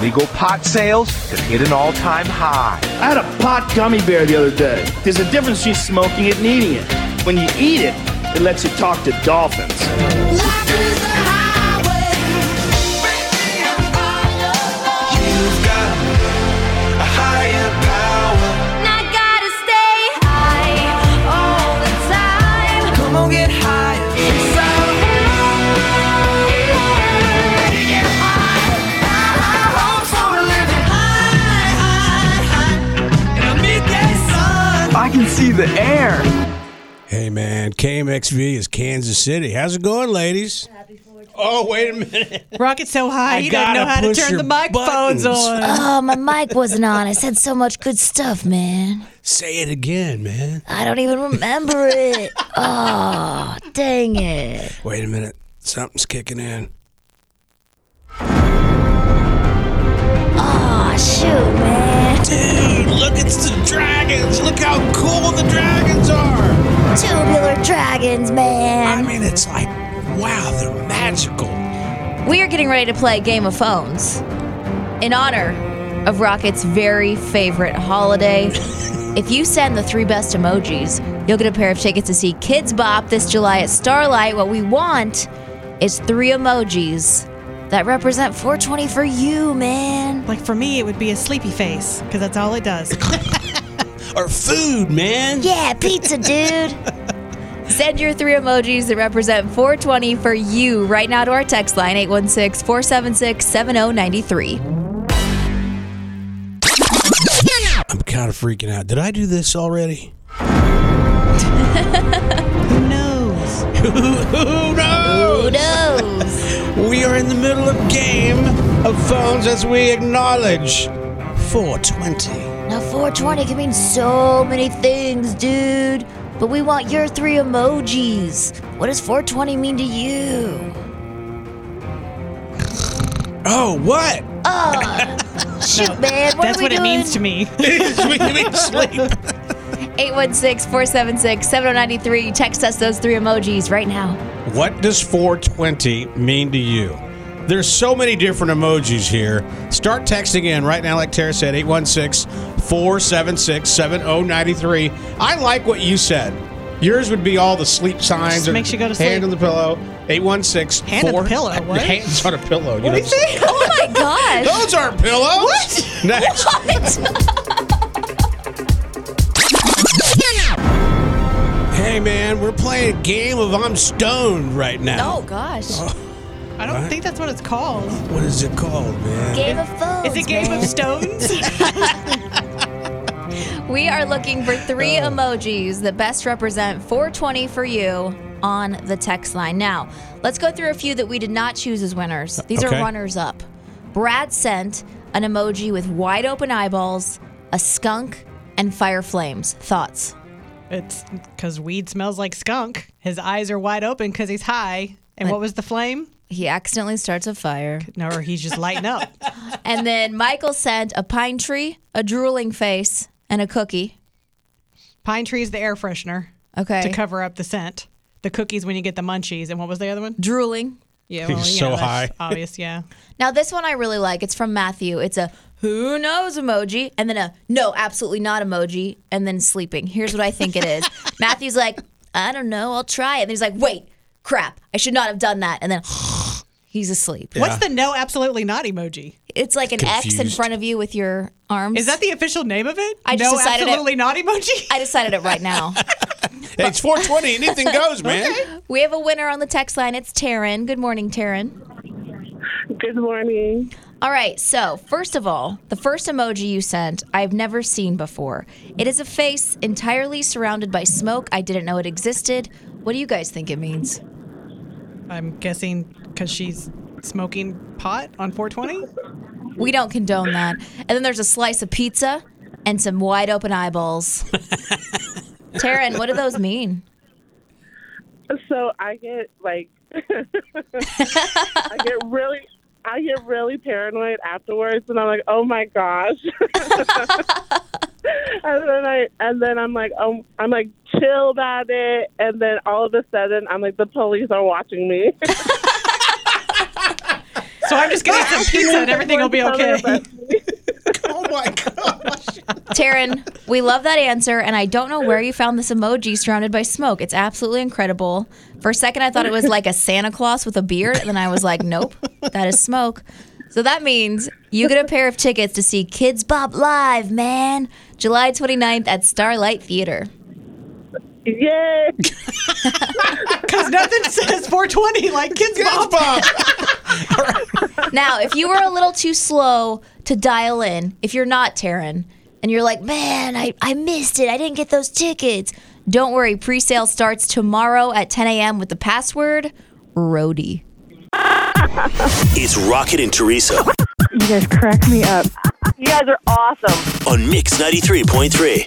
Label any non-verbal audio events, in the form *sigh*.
Legal pot sales have hit an all time high. I had a pot gummy bear the other day. There's a difference between smoking it and eating it. When you eat it, it lets you talk to dolphins. I can see the air. Hey man, KMXV is Kansas City. How's it going, ladies? Oh, wait a minute. Rocket's so high, I you don't know gotta how to push turn your the microphones buttons. on. Oh, my mic wasn't on. I said so much good stuff, man. Say it again, man. I don't even remember *laughs* it. Oh, dang it. Wait a minute. Something's kicking in. Oh, shoot, man. Dude, look, it's the dragons. Look how cool the dragons are. Tubular dragons, I man. mean, it's like, wow, they're magical. We are getting ready to play Game of Phones in honor of Rocket's very favorite holiday. if you send the three best emojis, you'll get a pair of tickets to see Kids Bop this July at Starlight. What we want is three emojis that represent 420 for you, man. Like for me, it would be a sleepy face because that's all it does. Or food, man. Yeah, pizza, dude. *laughs* Send your three emojis that represent 420 for you right now to our text line 816 476 7093. I'm kind of freaking out. Did I do this already? Who knows? Who knows? Who knows? We are in the middle of game of phones as we acknowledge 420. Now, 420 can mean so many things, dude. But we want your three emojis. What does 420 mean to you? Oh, what? *laughs* *laughs* Shoot, man. What that's are we what it doing? means to me. we mean sleep. 816 476 7093. Text us those oh three emojis right *laughs* now. What does 420 mean to you? There's so many different emojis here. Start texting in right now, like Tara said, 816 476 7093. I like what you said. Yours would be all the sleep signs. Just or makes you go to Hand sleep. on the pillow. 816 Hand on the *laughs* pillow, what? Hands on a pillow. You know what I'm saying? Oh my *laughs* gosh. Those aren't pillows. What? *laughs* Next. *laughs* Hey, man, we're playing a game of I'm stoned right now. Oh gosh. I don't think that's what it's called. What is it called, man? Game of Phones. Is it Game man. of Stones? We are looking for three emojis that best represent 420 for you on the text line. Now, let's go through a few that we did not choose as winners. These Okay. are runners up. Brad sent an emoji with wide open eyeballs, a skunk, and fire flames. Thoughts? it's because weed smells like skunk. His eyes are wide open because he's high. And what was the flame? He accidentally starts a fire. No, or he's just lighting up. And then Michael sent a pine tree, a drooling face, and a cookie. Pine tree's the air freshener Okay. to cover up the scent. The cookies when you get the munchies. And what was the other one? drooling. Yeah, He's you so that's high. *laughs* Obvious, yeah. Now this one I really like. It's from Matthew. It's a who knows emoji and then a no, absolutely not emoji and then sleeping. Here's what I think it *laughs* is. Matthew's like, I don't know, I'll try it. And he's like, wait, crap, I should not have done that. *gasps* And then he's asleep. What's the no, absolutely not emoji? It's like an X in Confused. front of you with your arms. Is that the official name of it? I just no, decided it- absolutely not emoji. I decided it right *laughs* now. Hey, it's 420. Anything *laughs* goes, man. we have a winner on the text line. It's Taryn. Good morning, Taryn. Good morning. All right, so first of all, the first emoji you sent, I've never seen before. It is a face entirely surrounded by smoke. I didn't know it existed. What do you guys think it means? I'm guessing because she's smoking pot on 420. We don't condone that. And then there's a slice of pizza and some wide open eyeballs. Taryn, what do those mean? So I get like, I get really, I get really paranoid afterwards, and I'm like, oh my gosh. *laughs* and then I, and then I'm like, um, I'm like chill about it, and *laughs* then all of a sudden, I'm like, the police are watching me. So I'm just gonna eat some pizza and everything will be *laughs* okay. Oh my gosh. Taryn, we love that answer, and I don't know where you found this emoji surrounded by smoke. It's absolutely incredible. For a second, I thought it was like a Santa Claus with a beard, and then I was like, nope, that is smoke. So that means you get a pair of tickets to see Kids Bop Live, man, July 29th at Starlight Theater. Yay! Because nothing says 420 like kids That's bop. Bob. Now, if you were a little too slow to dial in, if you're not Taryn, and you're like, Man, I, I missed it. I didn't get those tickets. don't worry, pre sale starts tomorrow at 10 a.m. with the password Roadie. It's Rocket and Teresa You guys crack me up. You guys are awesome. on Mix 93.3.